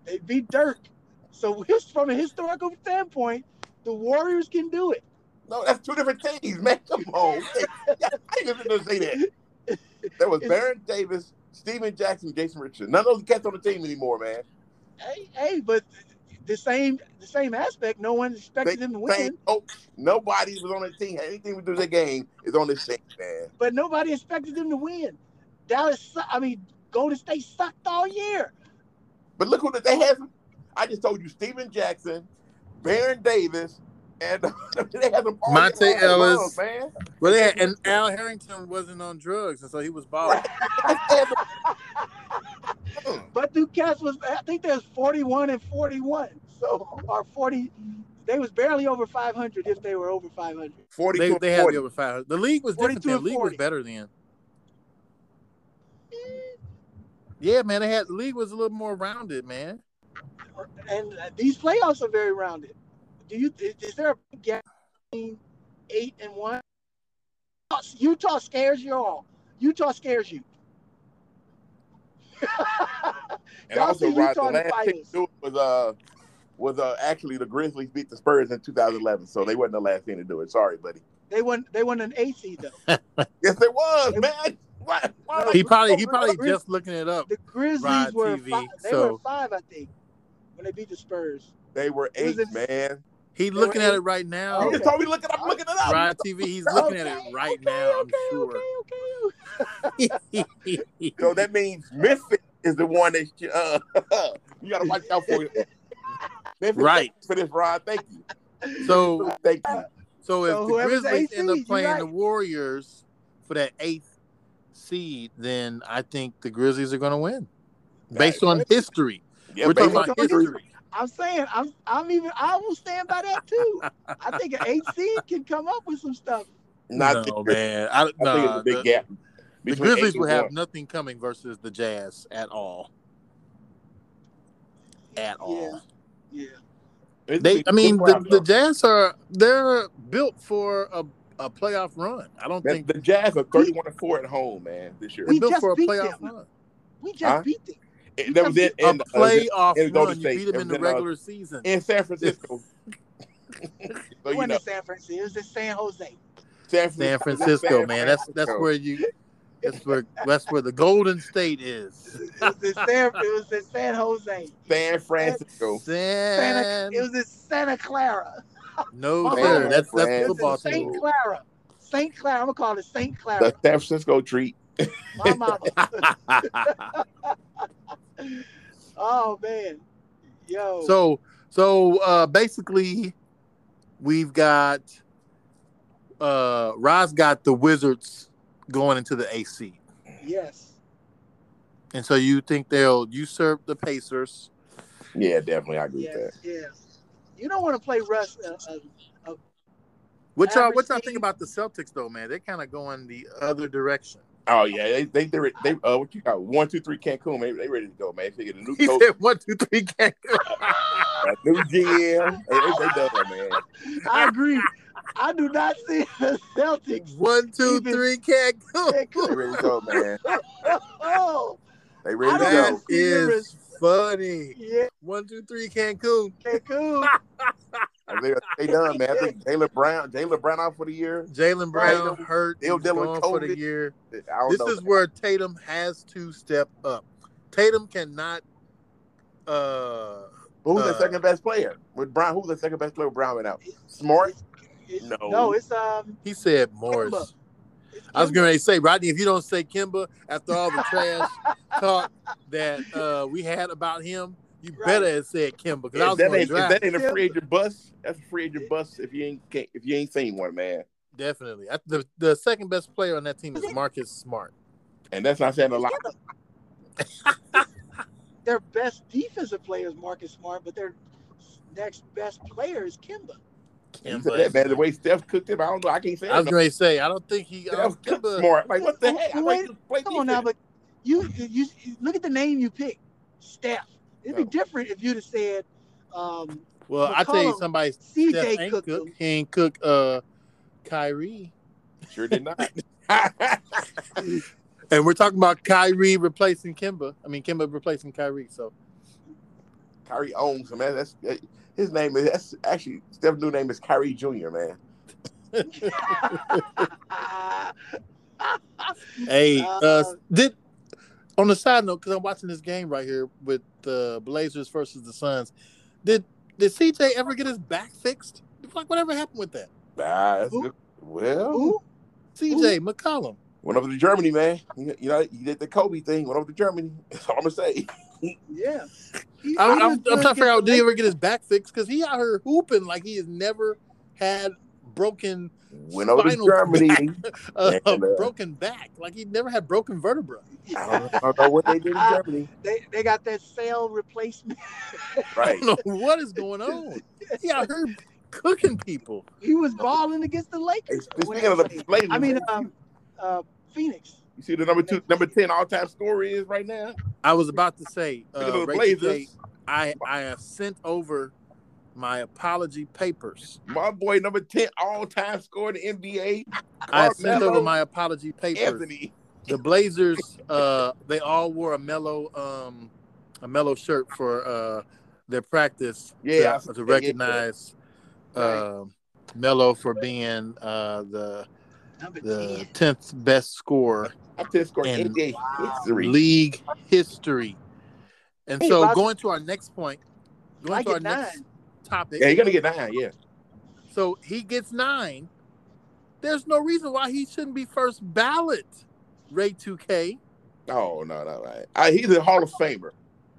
Speaker 3: They beat Dirk. So his- from a historical standpoint, the Warriors can do it.
Speaker 2: No, that's two different things, man. *laughs* Come on. Hey, I didn't even say that. That was
Speaker 3: It's-
Speaker 2: Baron Davis, Steven Jackson, Jason Richardson. None of those cats on the team anymore, man.
Speaker 3: Hey, hey, but the same the same aspect. No one expected them to win,
Speaker 2: Same coach. Nobody was on the team. Had anything to do with the game is on this team, man.
Speaker 3: but nobody expected them to win. Dallas, su- I mean, Golden State sucked all year.
Speaker 2: But look who that they have. I just told you Steven Jackson, Baron Davis, and *laughs* they had them all
Speaker 1: Monte
Speaker 2: year long,
Speaker 1: Ellis.
Speaker 2: man.
Speaker 1: well, yeah, and Al Harrington wasn't on drugs, and so he was balling.
Speaker 2: They had them-
Speaker 3: But Duquesne was, I think there's 41 and 41. So or 40, they was barely over 500 if they were over 500.
Speaker 2: 42
Speaker 1: They,
Speaker 2: and
Speaker 1: they had
Speaker 2: 40.
Speaker 1: the over 500. The league was different
Speaker 3: 42
Speaker 1: then.
Speaker 3: and
Speaker 1: The league was
Speaker 3: 40.
Speaker 1: better then. Yeah, man, they had the league was a little more rounded, man.
Speaker 3: and uh, these playoffs are very rounded. Do you is, is there a gap between eight and one? Utah scares you all. Utah scares you. *laughs*
Speaker 2: And
Speaker 3: Y'all
Speaker 2: also,
Speaker 3: see
Speaker 2: Rod, the
Speaker 3: Utah in the
Speaker 2: last team
Speaker 3: finals.
Speaker 2: to do it was uh was uh actually the Grizzlies beat the Spurs in 2011, so they wasn't the last team to do it. Sorry, buddy.
Speaker 3: They won. They won an eight seed though.
Speaker 2: Yes, it was, man. What? Why
Speaker 1: He
Speaker 2: he,
Speaker 1: probably
Speaker 3: Oh,
Speaker 1: he probably just looking it up.
Speaker 3: The Grizzlies
Speaker 1: Rod
Speaker 3: were
Speaker 1: TV,
Speaker 3: five. They
Speaker 1: so-
Speaker 3: were five, I think, when they beat the Spurs.
Speaker 2: they were eight,
Speaker 3: It was in-
Speaker 2: man.
Speaker 1: He looking at it right now.
Speaker 2: You
Speaker 3: Okay.
Speaker 2: just told me to look it up. I'm looking it up.
Speaker 1: Rod TV,
Speaker 3: *laughs*
Speaker 1: he's looking at it
Speaker 3: Oh. Okay,
Speaker 1: right
Speaker 3: okay,
Speaker 1: now. I'm
Speaker 3: okay,
Speaker 1: *laughs* sure.
Speaker 3: okay,
Speaker 2: *laughs*
Speaker 3: okay.
Speaker 2: So that means Memphis is the one that you, uh, *laughs* you gotta watch out for. *laughs* Memphis,
Speaker 1: Right.
Speaker 2: thanks for this, Rod. Thank you.
Speaker 3: *laughs*
Speaker 1: so
Speaker 2: Thank you.
Speaker 1: so if
Speaker 3: So
Speaker 1: the
Speaker 3: whoever's
Speaker 1: Grizzlies
Speaker 3: eighth
Speaker 1: end up
Speaker 3: seed, you
Speaker 1: playing
Speaker 3: right.
Speaker 1: the Warriors for that eighth seed, then I think the Grizzlies are going to win based on history.
Speaker 2: Yeah,
Speaker 1: We're talking
Speaker 2: baby.
Speaker 1: about
Speaker 3: on history.
Speaker 1: history.
Speaker 3: I'm saying I'm I'm even I will stand by that too. I think an eight seed can come up with some stuff.
Speaker 2: Not
Speaker 1: no,
Speaker 2: the-
Speaker 1: man. I,
Speaker 2: I think it's
Speaker 1: nah,
Speaker 2: a big
Speaker 1: the,
Speaker 2: gap.
Speaker 1: the
Speaker 2: between eight
Speaker 1: Grizzlies
Speaker 2: and
Speaker 1: will have
Speaker 2: one.
Speaker 1: nothing coming versus the Jazz at all. At all.
Speaker 3: Yeah.
Speaker 2: It's
Speaker 1: They,
Speaker 2: been
Speaker 1: I mean,
Speaker 2: good
Speaker 1: the,
Speaker 2: round,
Speaker 1: the
Speaker 2: though.
Speaker 1: Jazz are they're built for a, a playoff run. I don't
Speaker 2: That-
Speaker 1: think
Speaker 2: the Jazz are 31 and 4 at home, man, this year.
Speaker 1: they're
Speaker 3: We
Speaker 1: built
Speaker 3: just
Speaker 1: for a
Speaker 3: beat
Speaker 1: playoff
Speaker 3: them.
Speaker 1: run.
Speaker 3: We just
Speaker 2: Huh?
Speaker 3: beat them.
Speaker 2: And that was it.
Speaker 1: A
Speaker 2: And, uh,
Speaker 1: playoff
Speaker 2: and Golden
Speaker 1: run. You
Speaker 2: State.
Speaker 1: beat them in the
Speaker 2: Everything else.
Speaker 1: regular season.
Speaker 2: in San Francisco. *laughs* so,
Speaker 3: It
Speaker 2: you
Speaker 3: wasn't
Speaker 2: know,
Speaker 3: in San Francisco. It was in San Jose.
Speaker 2: San Francisco.
Speaker 1: San Francisco, man. That's that's where you that's where that's where the Golden State is.
Speaker 3: It was in San, it was in San Jose.
Speaker 2: San Francisco.
Speaker 3: Santa,
Speaker 1: San,
Speaker 3: it was in Santa Clara.
Speaker 1: no
Speaker 3: Oh,
Speaker 1: sir, that's that's
Speaker 2: San
Speaker 1: the
Speaker 3: It
Speaker 1: football
Speaker 3: was in
Speaker 1: team.
Speaker 3: St. Clara. St. Clara. I'm gonna call it St.
Speaker 2: The
Speaker 3: Clara.
Speaker 2: San Francisco treat.
Speaker 3: My mama.
Speaker 2: *laughs*
Speaker 1: *laughs*
Speaker 3: Oh man. Yo.
Speaker 1: so so uh, basically, we've got uh, Rod's got the Wizards going into the AC,
Speaker 3: yes.
Speaker 1: and so you think they'll usurp the Pacers?
Speaker 2: Yeah, definitely. I agree with
Speaker 3: Yes. Yes. You don't want to play Russ. Uh, uh,
Speaker 1: What y'all what
Speaker 3: Average
Speaker 1: y'all
Speaker 3: team.
Speaker 1: think about the Celtics though, man? They're kind of going the other direction. *laughs*
Speaker 2: that. Oh, yeah. They, they, they, re- they uh, what you got? One, two, three, Cancun, man. They ready to go, man. They get a new
Speaker 3: Oh.
Speaker 1: He
Speaker 2: coach,
Speaker 1: said one, two, three, can't
Speaker 3: *laughs*
Speaker 1: go.
Speaker 2: a new GM. They, they, they done, man.
Speaker 3: I agree. I do not see *laughs* the Celtics.
Speaker 1: One, two,
Speaker 3: Even-
Speaker 1: three, can't go.
Speaker 3: They
Speaker 2: They
Speaker 3: could-
Speaker 2: ready to go, man.
Speaker 3: *laughs* Oh,
Speaker 2: They
Speaker 3: I
Speaker 2: ready to
Speaker 3: don't
Speaker 2: go.
Speaker 1: That
Speaker 3: know.
Speaker 1: is funny.
Speaker 3: yeah,
Speaker 1: One, two, three, Cancun.
Speaker 3: Cancun.
Speaker 2: I think They done, man. I think Jalen Brown, Jalen Brown out for the year.
Speaker 1: Jalen Brown hurt.
Speaker 2: Dale
Speaker 1: He's
Speaker 2: Dillon
Speaker 1: gone for the
Speaker 2: COVID.
Speaker 1: year.
Speaker 2: I don't
Speaker 1: This
Speaker 2: know.
Speaker 1: is where Tatum has to step up. Tatum cannot. Uh,
Speaker 2: who's the
Speaker 1: uh,
Speaker 2: second best player? With Brown, who's the second best player with Brown right now? Smart?
Speaker 3: It's-
Speaker 2: No.
Speaker 3: no, it's um.
Speaker 1: he said Morris.
Speaker 3: Kimba. It's
Speaker 1: I was
Speaker 3: Kimba.
Speaker 1: going to say Rodney. If you don't say Kimba after all the trash talk that uh, we had about him, you
Speaker 3: Right.
Speaker 1: better have said Kimba because I was going
Speaker 2: If that
Speaker 1: to
Speaker 2: ain't, if
Speaker 1: draft
Speaker 2: that ain't a free agent bus, that's a free agent bus. If you ain't can't, if you ain't seen one, man,
Speaker 1: definitely. I, the the second best player on that team is Marcus Smart.
Speaker 2: and that's not saying a lot.
Speaker 3: *laughs* Their best defensive player is Marcus Smart, but their next best player is Kimba.
Speaker 2: You said that, man. The way Steph cooked him, I don't know. I can't say
Speaker 1: I was
Speaker 2: that.
Speaker 1: going to say I don't think he. I
Speaker 2: Steph
Speaker 1: don't,
Speaker 2: cooked
Speaker 1: Kimba,
Speaker 2: smart. Like what the heck? I like
Speaker 3: Wait,
Speaker 2: to play
Speaker 3: Come on now,
Speaker 2: defense.
Speaker 3: but you you you- look at the name you picked, Steph. It'd be
Speaker 2: No.
Speaker 3: different if you'd have said um,
Speaker 1: Well, I tell you,
Speaker 3: McCollum,
Speaker 1: somebody Steph
Speaker 3: CJ
Speaker 1: ain't
Speaker 3: cooked
Speaker 1: cook.
Speaker 3: him.
Speaker 1: He ain't cook. Uh, Kyrie.
Speaker 2: Sure did not.
Speaker 3: *laughs*
Speaker 1: And we're talking about Kyrie replacing Kimba. I mean, Kimba replacing Kyrie. So
Speaker 2: Kyrie owns him, man. That's that, his name is that's actually Steph's new name is Kyrie Junior, man.
Speaker 1: hey, uh,
Speaker 3: Uh,
Speaker 1: did on the side note because I'm watching this game right here with the Blazers versus the Suns. Did did CJ ever get his back fixed? Like whatever happened with that?
Speaker 2: Nah, that's
Speaker 3: Who?
Speaker 2: good. Well,
Speaker 3: *laughs* Who?
Speaker 1: CJ McCollum.
Speaker 2: went over to Germany, man. You, you know, he did the Kobe thing. Went over to Germany. *laughs* That's all I'm gonna say.
Speaker 3: Yeah.
Speaker 1: I,
Speaker 3: He- he
Speaker 1: I'm,
Speaker 3: was
Speaker 1: I'm
Speaker 3: good
Speaker 1: trying to figure
Speaker 3: against
Speaker 1: out
Speaker 3: the
Speaker 1: did he ever get his back fixed because he out here hooping like he has never had broken
Speaker 2: Went over
Speaker 1: Spinal
Speaker 2: to Germany.
Speaker 1: uh,
Speaker 2: And, uh,
Speaker 1: broken back like he never had broken vertebra.
Speaker 2: I,
Speaker 3: Lakers.
Speaker 2: don't, I don't know what they did
Speaker 1: *laughs*
Speaker 2: in Germany.
Speaker 3: They, they got that cell replacement. *laughs*
Speaker 1: I
Speaker 2: Right.
Speaker 1: don't know what is going on. He out here cooking people.
Speaker 3: He was balling against the
Speaker 2: Hey,
Speaker 3: Lakers.
Speaker 2: speaking
Speaker 3: when they
Speaker 2: of the
Speaker 3: played.
Speaker 2: Blazers,
Speaker 3: I mean, um, uh, Phoenix.
Speaker 2: You see the number two, number ten all time scorer is right now.
Speaker 1: I was about to say,
Speaker 2: *laughs* Look at
Speaker 1: uh,
Speaker 2: the
Speaker 1: Rachel J,
Speaker 2: Blazers.
Speaker 1: I I have sent over my apology papers.
Speaker 2: My boy, number ten all time scorer in the NBA.
Speaker 1: I have sent
Speaker 2: Carmelo
Speaker 1: over my apology papers.
Speaker 2: Anthony.
Speaker 1: The Blazers, uh, they all wore a mellow um, a mellow shirt for uh, their practice.
Speaker 2: Yeah,
Speaker 1: to,
Speaker 2: I-
Speaker 1: to recognize
Speaker 2: yeah.
Speaker 1: uh, Mello for being uh, the
Speaker 3: Number
Speaker 1: the
Speaker 3: 10.
Speaker 1: tenth best scorer
Speaker 2: Top ten scorer in
Speaker 1: And-
Speaker 2: NBA history.
Speaker 1: league history. And
Speaker 3: Hey,
Speaker 1: so
Speaker 3: Rob-
Speaker 1: going to our next point, going
Speaker 3: I
Speaker 1: to our
Speaker 3: get
Speaker 1: next
Speaker 3: nine.
Speaker 1: topic.
Speaker 2: Yeah, you're gonna get nine. Yeah,
Speaker 1: So he gets nine. There's no reason why he shouldn't be first ballot. Ray 2K.
Speaker 2: no, no, no. Right. Uh, he's a Hall of Famer.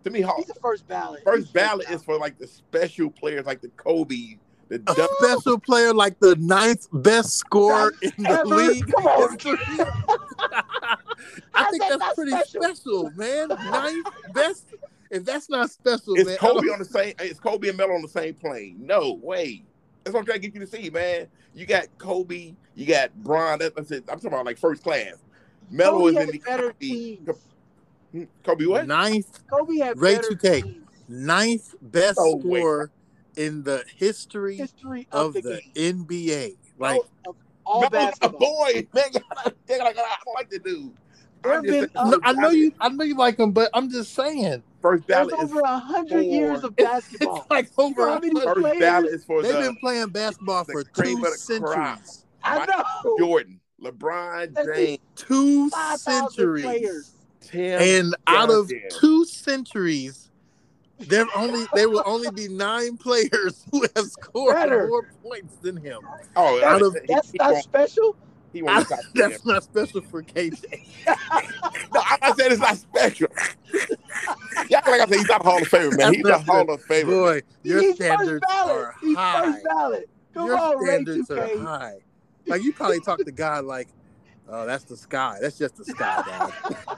Speaker 2: To me, Hall,
Speaker 3: He's the first ballot. He's
Speaker 2: first ballot is for like the special players, like the Kobe, the
Speaker 1: A
Speaker 2: Dunk.
Speaker 1: special player like the ninth best scorer in the
Speaker 3: Ever?
Speaker 1: league.
Speaker 3: Come on.
Speaker 1: history. I
Speaker 3: How's
Speaker 1: think that's
Speaker 3: that not
Speaker 1: pretty
Speaker 3: special?
Speaker 1: special, man. Ninth best. If that's not special,
Speaker 2: Is
Speaker 1: man. I
Speaker 2: Kobe
Speaker 1: don't-
Speaker 2: on the same? Is Kobe and Melo on the same plane? No way. That's what I'm trying to get you to see, man. You got Kobe, you got Bron. That, that's it. I'm talking about like first class. Melo
Speaker 3: Kobe
Speaker 2: is
Speaker 3: had
Speaker 2: in the
Speaker 3: better
Speaker 2: Kobe.
Speaker 3: teams.
Speaker 2: Hmm, Kobe what?
Speaker 1: Ninth
Speaker 3: Kobe had
Speaker 1: Ray
Speaker 3: better
Speaker 1: 2K.
Speaker 3: teams.
Speaker 1: ninth best
Speaker 2: No way.
Speaker 1: scorer in the history
Speaker 3: History of,
Speaker 1: of
Speaker 3: the,
Speaker 1: the
Speaker 3: game.
Speaker 1: NBA. Like
Speaker 3: of all
Speaker 2: Melo's a
Speaker 3: basketball.
Speaker 2: boy, *laughs* man. They're like, I don't like the dude.
Speaker 3: There
Speaker 2: I'm
Speaker 3: have been
Speaker 2: just
Speaker 3: Oh,
Speaker 2: saying,
Speaker 1: no, I know
Speaker 2: I-
Speaker 1: you, I know you like him, but I'm just saying
Speaker 2: First
Speaker 3: There's
Speaker 2: ballot is
Speaker 3: over a hundred years
Speaker 2: four.
Speaker 3: of
Speaker 1: it's *laughs*
Speaker 3: basketball.
Speaker 1: like
Speaker 3: You
Speaker 1: over.
Speaker 3: know how many
Speaker 1: 100
Speaker 2: first
Speaker 3: players-
Speaker 2: ballot is for
Speaker 1: They've
Speaker 2: the
Speaker 1: been playing basketball
Speaker 2: uh, the
Speaker 1: for
Speaker 2: cream
Speaker 1: two
Speaker 2: of the crop.
Speaker 1: centuries.
Speaker 3: I know.
Speaker 2: Jordan, LeBron
Speaker 3: That's
Speaker 2: James,
Speaker 1: Two
Speaker 3: 5,000
Speaker 1: centuries,
Speaker 3: players.
Speaker 2: Tim.
Speaker 1: and out of
Speaker 2: Goddamn.
Speaker 1: two centuries, there only there will only be nine *laughs* players who have scored
Speaker 3: Better.
Speaker 1: more points than him.
Speaker 2: oh,
Speaker 1: out
Speaker 2: I-
Speaker 1: of-
Speaker 2: he-
Speaker 3: That's
Speaker 2: he
Speaker 3: not
Speaker 2: won't-
Speaker 3: special.
Speaker 2: he won't stop
Speaker 1: *laughs*
Speaker 2: there.
Speaker 1: That's not special for KJ.
Speaker 2: No, I, I said it's not special. *laughs* yeah, like I said, he's not a Hall of Famer, man.
Speaker 1: That's
Speaker 2: He's a
Speaker 1: not
Speaker 2: Hall of Famer.
Speaker 1: Boy, your
Speaker 3: He's
Speaker 1: standards
Speaker 3: first ballot.
Speaker 1: are
Speaker 3: He's
Speaker 1: high.
Speaker 3: first ballot. Come
Speaker 1: your
Speaker 3: on, Ray
Speaker 1: standards are
Speaker 3: 2K.
Speaker 1: high. Like you probably talk to God like, "Oh, that's the sky. That's just the sky,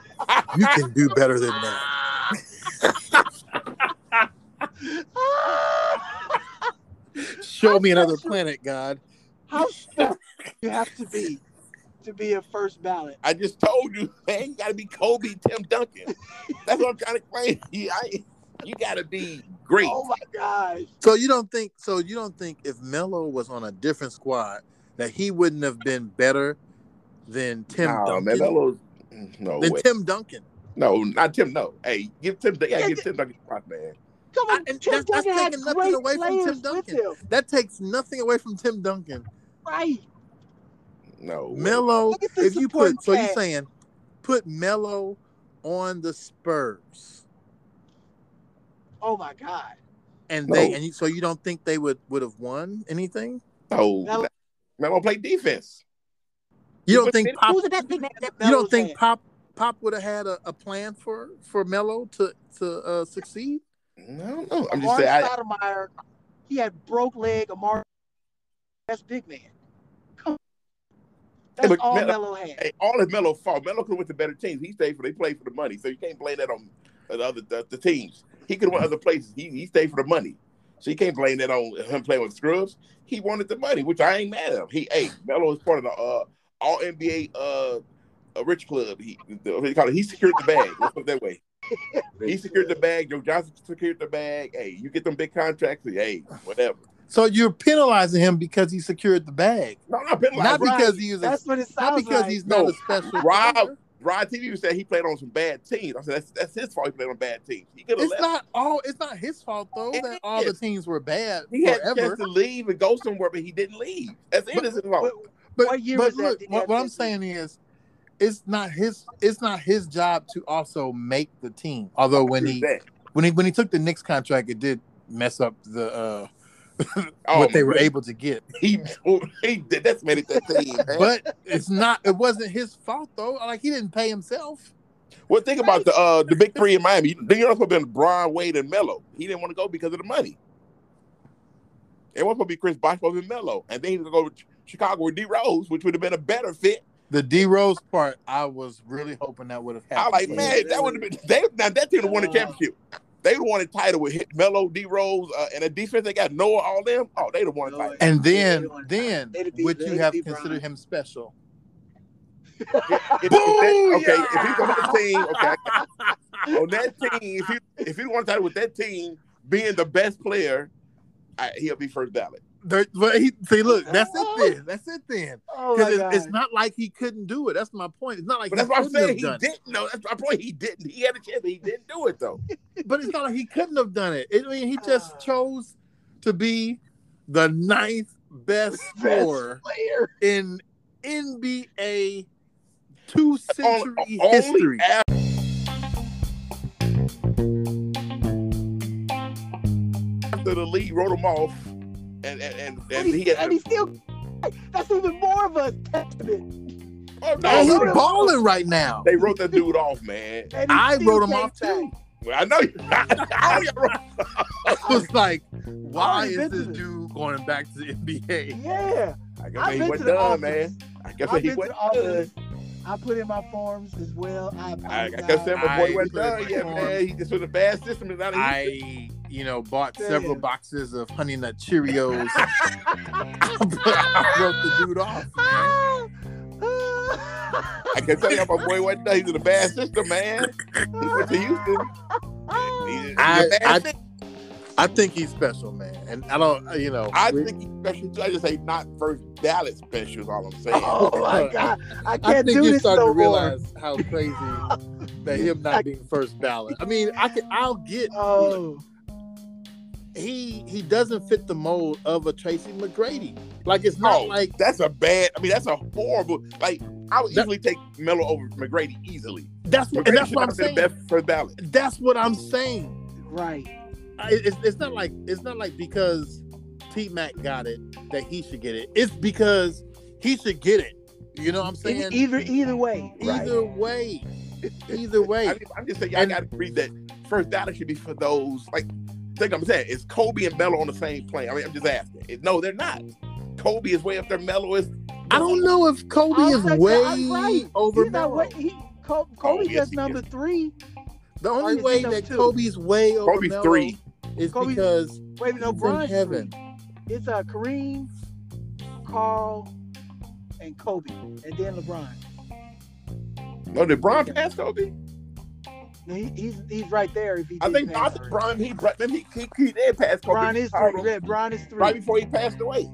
Speaker 3: *laughs*
Speaker 1: God. You can do better than that." Show me another planet, God.
Speaker 3: How special you have to be to be a first ballot?
Speaker 2: I just told you, *laughs* man, you got to be Kobe, Tim Duncan. That's what I'm trying to *laughs* claim. You, I- you got to be great.
Speaker 3: Oh my gosh.
Speaker 1: So you don't think? So you don't think if Melo was on a different squad that he wouldn't have been better than Tim
Speaker 2: Nah,
Speaker 1: Duncan?
Speaker 2: man, Melo's no
Speaker 1: than
Speaker 2: way.
Speaker 1: Tim Duncan.
Speaker 2: no, not Tim. No, hey, give Tim. Yeah,
Speaker 3: Yeah,
Speaker 2: give Tim Duncan. a shot, Man,
Speaker 3: Come
Speaker 1: I-
Speaker 3: on,
Speaker 1: and
Speaker 3: Tim
Speaker 1: that's- that's
Speaker 3: Duncan had
Speaker 1: taking nothing
Speaker 3: great
Speaker 1: away from Tim
Speaker 3: players with
Speaker 1: Duncan.
Speaker 3: him.
Speaker 1: That takes nothing away from Tim Duncan.
Speaker 3: Right.
Speaker 2: no. way.
Speaker 1: Melo,
Speaker 3: Look at the
Speaker 1: if you put
Speaker 3: supporting
Speaker 1: so you're
Speaker 3: cast.
Speaker 1: saying put Melo on the Spurs
Speaker 3: Oh my God.
Speaker 1: and
Speaker 2: No.
Speaker 1: they and you, so you don't think they would would have won anything?
Speaker 2: no.
Speaker 3: Melo-
Speaker 2: Melo play defense.
Speaker 1: You don't
Speaker 2: But
Speaker 1: think
Speaker 2: then
Speaker 1: Pop
Speaker 3: Who's the best big man that
Speaker 1: you
Speaker 3: Melo's
Speaker 1: don't think
Speaker 3: had?
Speaker 1: Pop Pop would have had a, a plan for for Melo to to uh, succeed?
Speaker 2: No, no. I'm just
Speaker 3: Amari
Speaker 2: saying. I,
Speaker 3: Stoudemire, he had broke leg. Amari, best big man. Come on. That's
Speaker 2: look,
Speaker 3: all
Speaker 2: Melo-
Speaker 3: Melo had.
Speaker 2: Hey, all of Melo fault. Melo could have went to better teams. He stayed for they played for the money, so you can't blame that on the other the, the teams. He could have went other places. He, he stayed for the money, so you can't blame that on him playing with scrubs. He wanted the money, which I ain't mad at him. He hey Melo is part of the uh, all NBA uh, uh rich club. He the, what do you call it? He secured the bag. Let's put it that way. He secured the bag. Joe Johnson secured the bag. Hey, you get them big contracts. Hey, whatever.
Speaker 1: So you're penalizing him because he secured the bag,
Speaker 2: No, not penalized.
Speaker 1: not
Speaker 2: Rod-
Speaker 1: because he was a,
Speaker 3: That's what it sounds
Speaker 1: not because
Speaker 3: like.
Speaker 1: he's
Speaker 2: No.
Speaker 1: not a
Speaker 2: *laughs*
Speaker 1: special
Speaker 2: Rob-
Speaker 1: player.
Speaker 2: Rod TV said he played on some bad teams. I said that's that's his fault. He played on bad teams. He could have
Speaker 1: It's
Speaker 2: left.
Speaker 1: not all. It's not his fault though
Speaker 2: It
Speaker 1: that all the
Speaker 2: is.
Speaker 1: teams were bad
Speaker 2: He had a
Speaker 1: forever.
Speaker 2: chance to leave and go somewhere, but he didn't leave. That's
Speaker 1: But-
Speaker 2: innocent. But,
Speaker 3: What,
Speaker 1: But,
Speaker 3: what year
Speaker 1: but
Speaker 3: was that?
Speaker 1: look,
Speaker 3: Did he
Speaker 1: what,
Speaker 3: have
Speaker 1: what I'm
Speaker 3: business?
Speaker 1: saying is, it's not his. It's not his job to also make the team. Although when he
Speaker 2: that.
Speaker 1: when he when he took the Knicks contract, it did mess up the uh,
Speaker 2: Oh,
Speaker 1: what they
Speaker 2: my
Speaker 1: were
Speaker 2: goodness.
Speaker 1: able to get.
Speaker 2: *laughs* He, he did. That's made it that team. Man. But
Speaker 1: But it's not. It wasn't his fault though. Like he didn't pay himself.
Speaker 2: well, think about the uh the big three in Miami. They were supposed to be Braun, Wade, and Melo. He didn't want to go because of the money. It was supposed to be Chris Bosh, supposed to be Melo, and then he was going to go to Chicago with D Rose, which would have been a better fit.
Speaker 1: The D Rose part, I was really hoping that would have
Speaker 2: I
Speaker 1: happened.
Speaker 2: like,
Speaker 1: but-
Speaker 2: man, that would have been they now that team would have won the
Speaker 3: Uh.
Speaker 2: championship. They would have won a title with hit Melo, D Rose, uh, and a defense they got Noah, all them. Oh, they'd have won a
Speaker 3: Noah. *laughs*
Speaker 2: title.
Speaker 1: And then
Speaker 3: They'd have
Speaker 1: then
Speaker 3: been-
Speaker 1: would you
Speaker 3: they'd
Speaker 1: have
Speaker 3: be
Speaker 1: considered
Speaker 3: Bron.
Speaker 1: him special? *laughs*
Speaker 2: If- if that- okay, if he's on that team, okay,
Speaker 1: *laughs*
Speaker 2: on that team, if he if he wants out with that team being the best player, I, he'll be first ballot.
Speaker 1: There- But he, see, look, that's it then. That's it then.
Speaker 3: *laughs* Oh my
Speaker 1: Because
Speaker 3: god!
Speaker 1: it's not like he couldn't do it. That's my point. It's not like
Speaker 2: But
Speaker 1: he
Speaker 2: that's what I'm
Speaker 1: couldn't have
Speaker 2: saying. He
Speaker 1: done it.
Speaker 2: didn't know. That's my point. He didn't. He had a chance, but he didn't do it though.
Speaker 1: but it's not like he couldn't have done it. I mean, he
Speaker 3: Ah.
Speaker 1: just chose to be the ninth best scorer
Speaker 3: player.
Speaker 1: in NBA two
Speaker 2: On-
Speaker 1: century
Speaker 2: only
Speaker 1: history.
Speaker 2: after- After the league wrote him off, and and and,
Speaker 3: And
Speaker 2: and he
Speaker 3: he,
Speaker 2: had
Speaker 3: and he still. That's even more of a testament.
Speaker 2: oh, no,
Speaker 1: And
Speaker 3: he
Speaker 2: no,
Speaker 1: he's
Speaker 2: no.
Speaker 1: balling right now.
Speaker 2: they wrote that dude off, man.
Speaker 3: And he
Speaker 1: I
Speaker 3: still
Speaker 1: wrote him
Speaker 3: came
Speaker 1: off too.
Speaker 3: back.
Speaker 2: Well, I know you.
Speaker 3: *laughs*
Speaker 2: I know you wrote
Speaker 1: I was like, why
Speaker 3: I've
Speaker 1: is
Speaker 3: been to
Speaker 1: this
Speaker 3: this.
Speaker 1: dude going back to the NBA?
Speaker 3: Yeah,
Speaker 2: I guess
Speaker 3: I've
Speaker 2: he
Speaker 3: been
Speaker 2: wasn't
Speaker 3: to the
Speaker 2: done,
Speaker 3: office.
Speaker 2: man. I guess
Speaker 3: I've
Speaker 2: he
Speaker 3: been to the
Speaker 2: wasn't done.
Speaker 3: office. I put in my forms as well. I
Speaker 2: I, I
Speaker 3: apologize.
Speaker 2: guess
Speaker 3: *laughs*
Speaker 2: that my
Speaker 1: I
Speaker 2: boy wasn't
Speaker 1: put it
Speaker 2: done
Speaker 1: back
Speaker 2: yet,
Speaker 1: on.
Speaker 2: man. He just with a bad system is not in his-
Speaker 1: I, you know, bought several
Speaker 3: Damn.
Speaker 1: boxes of Honey Nut Cheerios. *laughs* but I wrote the dude off. Man.
Speaker 2: I can tell you how my boy wasn't done. He's in a bad system, man. He went to Houston. He's, he's
Speaker 1: I-
Speaker 2: a bad
Speaker 1: I-
Speaker 2: system.
Speaker 1: I think he's special, man. And I don't, uh, you know,
Speaker 2: I
Speaker 1: we-
Speaker 2: think he's special too. I just say not first ballot special is all I'm saying.
Speaker 3: Oh my god! I
Speaker 1: I
Speaker 3: can't
Speaker 1: think
Speaker 3: do
Speaker 1: you
Speaker 3: this
Speaker 1: start
Speaker 3: no
Speaker 1: to
Speaker 3: more.
Speaker 1: realize how crazy that him not being first ballot. I mean, I can, I'll get
Speaker 3: Oh,
Speaker 1: he he doesn't fit the mold of a Tracy McGrady. Like it's not
Speaker 2: Oh,
Speaker 1: like
Speaker 2: That's a bad. I mean, that's a horrible. Like I would
Speaker 1: That-
Speaker 2: easily take Melo over McGrady easily.
Speaker 1: that's what and that's
Speaker 2: should
Speaker 1: what I'm
Speaker 2: not have
Speaker 1: saying.
Speaker 2: been the best first ballot.
Speaker 1: That's what I'm saying.
Speaker 3: right.
Speaker 1: I- It's, it's not like it's not like because T Mac got it that he should get it. It's because he should get it. You know what I'm
Speaker 3: Either
Speaker 1: saying?
Speaker 3: E-, either, either way.
Speaker 1: Either way, either
Speaker 3: *laughs*
Speaker 1: way.
Speaker 2: I, am just saying, y'all
Speaker 1: And-
Speaker 2: got to agree that first ballot should be for those. Like, think I'm saying, is Kobe and Melo on the same plane? I mean, I'm just asking. It- no, they're not. Kobe is way up there. Melo is.
Speaker 1: I don't know if Kobe
Speaker 3: I
Speaker 1: is
Speaker 3: was like,
Speaker 1: way
Speaker 3: I'm right.
Speaker 1: over.
Speaker 3: He's not
Speaker 1: Melo.
Speaker 3: what he. Col- Kobe's
Speaker 2: yes,
Speaker 3: just
Speaker 2: he
Speaker 3: number three.
Speaker 1: The
Speaker 3: Or
Speaker 1: only
Speaker 3: is he
Speaker 1: way
Speaker 3: number
Speaker 1: that
Speaker 3: two?
Speaker 1: Kobe's way over
Speaker 2: Kobe's
Speaker 1: Melo
Speaker 2: three.
Speaker 1: is
Speaker 3: Kobe's-
Speaker 1: because
Speaker 3: Wait,
Speaker 1: He's
Speaker 3: no,
Speaker 1: in
Speaker 3: Bron's
Speaker 1: heaven.
Speaker 3: three. It's uh, Kareem, Carl, and Kobe, and then LeBron.
Speaker 2: No, did Bron pass Kobe?
Speaker 3: Now, he, he's he's right there. If he,
Speaker 2: I
Speaker 3: did
Speaker 2: think I
Speaker 3: pass
Speaker 2: think
Speaker 3: Kareem.
Speaker 2: Bron he then he he, he did pass Kobe.
Speaker 3: Bron is
Speaker 2: Right
Speaker 3: three. Yeah, Bron is three.
Speaker 2: right before he passed away.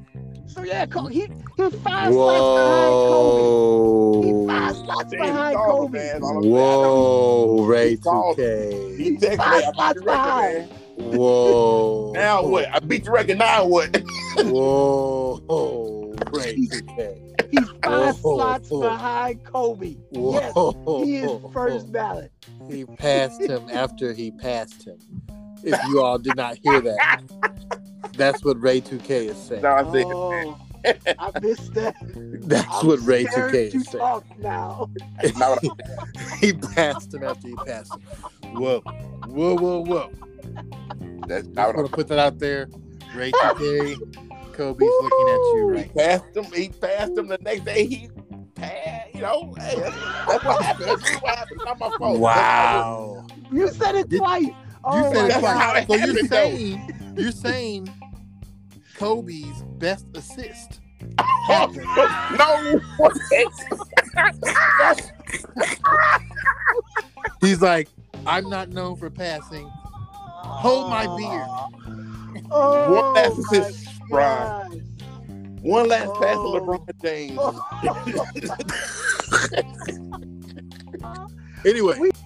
Speaker 3: So yeah, Kobe, he he's five slots behind Kobe. He's five slots
Speaker 2: Damn,
Speaker 3: behind
Speaker 2: dog,
Speaker 3: Kobe.
Speaker 2: man. All I'm saying,
Speaker 1: Whoa, Ray
Speaker 2: Dog.
Speaker 1: 2K.
Speaker 2: He texted me,
Speaker 3: Five
Speaker 2: I beat
Speaker 3: spots
Speaker 2: the record, man.
Speaker 3: behind.
Speaker 1: Whoa.
Speaker 2: Now what? I beat the record. Now what?
Speaker 3: *laughs*
Speaker 1: Whoa, Ray 2K.
Speaker 3: He's five
Speaker 1: Whoa.
Speaker 3: slots behind Kobe. Yes,
Speaker 1: Whoa.
Speaker 3: he is first ballot.
Speaker 1: He passed him after he passed him. If you all did not hear that, that's what Ray 2K is saying.
Speaker 2: No, I'm thinking. *laughs*
Speaker 3: Oh, I missed that.
Speaker 1: That's
Speaker 3: I'm
Speaker 1: what Ray
Speaker 3: scared
Speaker 1: 2K
Speaker 3: to
Speaker 1: is saying.
Speaker 3: talk now.
Speaker 2: Now what-
Speaker 1: *laughs* He passed him after he passed him. Whoa, whoa, whoa, whoa.
Speaker 2: That's
Speaker 1: I
Speaker 2: not
Speaker 1: want
Speaker 2: what
Speaker 1: to put that out there. Ray 2K, Kobe's looking at you
Speaker 2: I- he
Speaker 1: right
Speaker 2: *laughs* passed him. He passed him the next day. He passed. You know, hey, that's, that's what happened. That's really what happened. Not my fault.
Speaker 1: Wow.
Speaker 3: You said it
Speaker 1: Did-
Speaker 3: twice.
Speaker 1: You
Speaker 3: Oh
Speaker 1: said
Speaker 3: my
Speaker 1: it
Speaker 2: that's
Speaker 3: God.
Speaker 2: Oh, how
Speaker 1: twice.
Speaker 2: it
Speaker 1: So you're
Speaker 2: happened, though.
Speaker 1: saying you're saying Kobe's best assist.
Speaker 2: That's what happened. no. what?
Speaker 1: He's like, I'm not known for passing. Hold my beer.
Speaker 3: Oh,
Speaker 2: One last
Speaker 3: my
Speaker 1: *laughs*
Speaker 2: assist, Bron.
Speaker 3: gosh.
Speaker 2: One last pass to
Speaker 3: Oh.
Speaker 2: LeBron James.
Speaker 3: Oh,
Speaker 1: Anyway,
Speaker 3: We-